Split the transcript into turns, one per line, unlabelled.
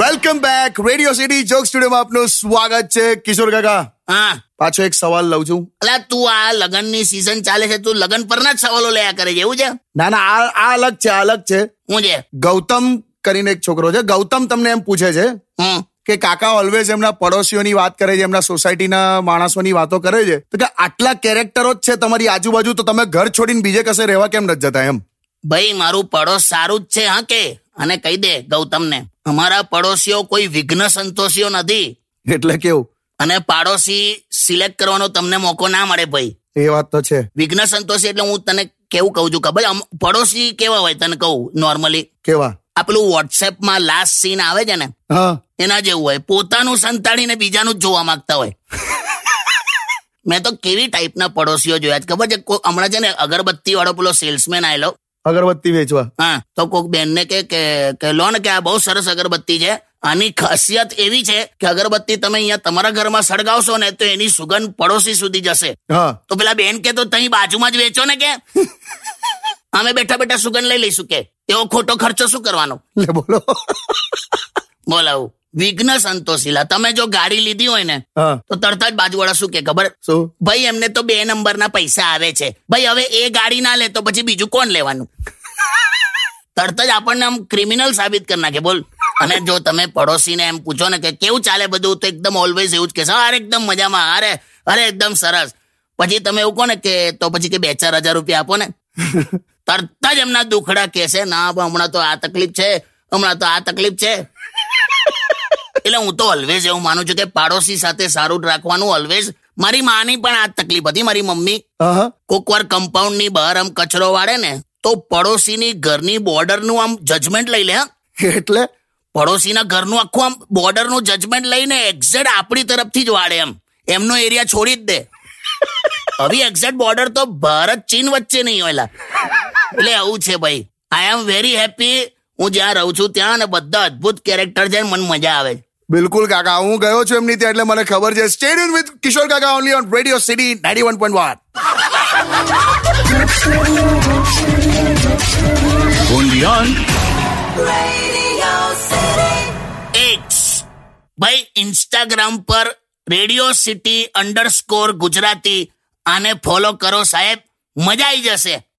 Welcome back Radio City joke સ્ટુડિયોમાં આપનું સ્વાગત છે કિશોર કાકા
હા
પાછો એક સવાલ લઉં છું
અલા તું આ લગનની season ચાલે છે તું લગન પરના જ સવાલો લયા કરે છે એવું છે
ના ના આ આ અલગ છે આ અલગ છે
હું છે
ગૌતમ કરીને એક છોકરો છે ગૌતમ તમને એમ પૂછે છે
હમ
કે કાકા ઓલવેઝ એમના પડોશીઓની વાત કરે છે એમના સોસાયટીના માણસોની વાતો કરે છે તો કે આટલા કેરેક્ટરો જ છે તમારી આજુબાજુ તો તમે ઘર છોડીને બીજે કશે રહેવા કેમ નથી જતા એમ
ભાઈ મારું પડોશ સારું જ છે હા કે અને કહી દે ગૌતમને અમારા પડોશીઓ કોઈ વિઘ્ન સંતોષીઓ નથી
એટલે કેવું
અને પાડોશી સિલેક્ટ કરવાનો તમને મોકો ના મળે ભાઈ
એ વાત તો છે
વિઘ્ન સંતોષી એટલે હું તને કેવું કહું છું ખબર અમ- પડોશી કેવા હોય તને કહું નોર્મલી
કેવા
આ પેલું વોટ્સએપમાં લાસ્ટ સીન આવે છે ને
હા
એના જેવું હોય પોતાનું સંતાડીને બીજાનું જ જોવા માંગતા હોય મેં તો કેવી ટાઈપના પડોશીઓ જોયા છે ખબર છે કો- હમણાં છે ને અગરબત્તી વાળો પેલો સેલ્સમેન આયલો
અગરબત્તી વેચવા
હા તો કોક બેનને કે કે કે લો ને કે આ બહુ સરસ અગરબત્તી છે આની ખાસિયત એવી છે કે અગરબત્તી તમે અહીંયા તમારા ઘરમાં સળગાવશો ને તો એની સુગંધ પડોશી સુધી જશે
હા
તો પેલા બેન કે તો તહીં બાજુમાં જ વેચો ને કે અમે બેઠા બેઠા સુગંધ લઈ લઈશું કે એવો ખોટો ખર્ચો શું કરવાનો
લે બોલો
બોલાવું વિઘ્ન સંતોષીલા તમે જો ગાડી લીધી હોય ને
હા
તો તરત જ બાજુવાળા શું કે ખબર
શું
ભાઈ એમને તો બે નંબરના પૈસા આવે છે ભાઈ હવે એ ગાડી ના લે તો પછી બીજું કોણ લેવાનું તરત જ આપણને આમ ક્રિમિનલ સાબિત કરી નાખે બોલ અને જો તમે પડોશીને એમ પૂછો ને કે કેવું ચાલે બધું તો એકદમ ઓલવેઝ એવું જ કહેશે અરે એકદમ મજામાં અરે અરે એકદમ સરસ પછી તમે એવું કહો ને કે તો પછી કે બે ચાર હજાર રૂપિયા આપો ને તરત જ એમના દુખડા કહેશે ના બા, હમણાં તો આ તકલીફ છે હમણાં તો આ તકલીફ છે એટલે હું તો ઓલવેઝ એવું માનું છું કે પાડોશી સાથે સારું જ રાખવાનું ઓલવેઝ મારી માની પણ આ જ તકલીફ હતી મારી મમ્મી
હા હા
કોક વાર કમ્પાઉન્ડ ની બહાર આમ કચરો વાળે ને તો પડોશીની ઘરની બોર્ડર નું આમ જજમેન્ટ લઈ લે હા.
એટલે
પડોશીના ઘરનું આખું આમ બોર્ડર નું જજમેન્ટ લઈને એક્ઝેક્ટ આપણી તરફથી જ વાળે એમ એમનો એરિયા છોડી જ દે હવે એક્ઝેક્ટ બોર્ડર તો ભારત ચીન વચ્ચે નહીં હોય લા. એટલે આવું છે ભાઈ આઈ એમ વેરી હેપી હું જ્યાં રહું છું ત્યાં ને બધા અદ્ભુત કેરેક્ટર છે ને મને મજા આવે છે
બિલકુલ કાકા હું ગયો છું એમની ત્યાં એટલે મને ખબર છે સ્ટેડિયમ વિથ કિશોર કાકા only on radio city ninety one point one
Radio City.
એક્સ ભાઈ ઇન્સ્ટાગ્રામ પર રેડિયો સિટી અંડરસ્કોર ગુજરાતી આને ફોલો કરો સાહેબ મજા આવી જશે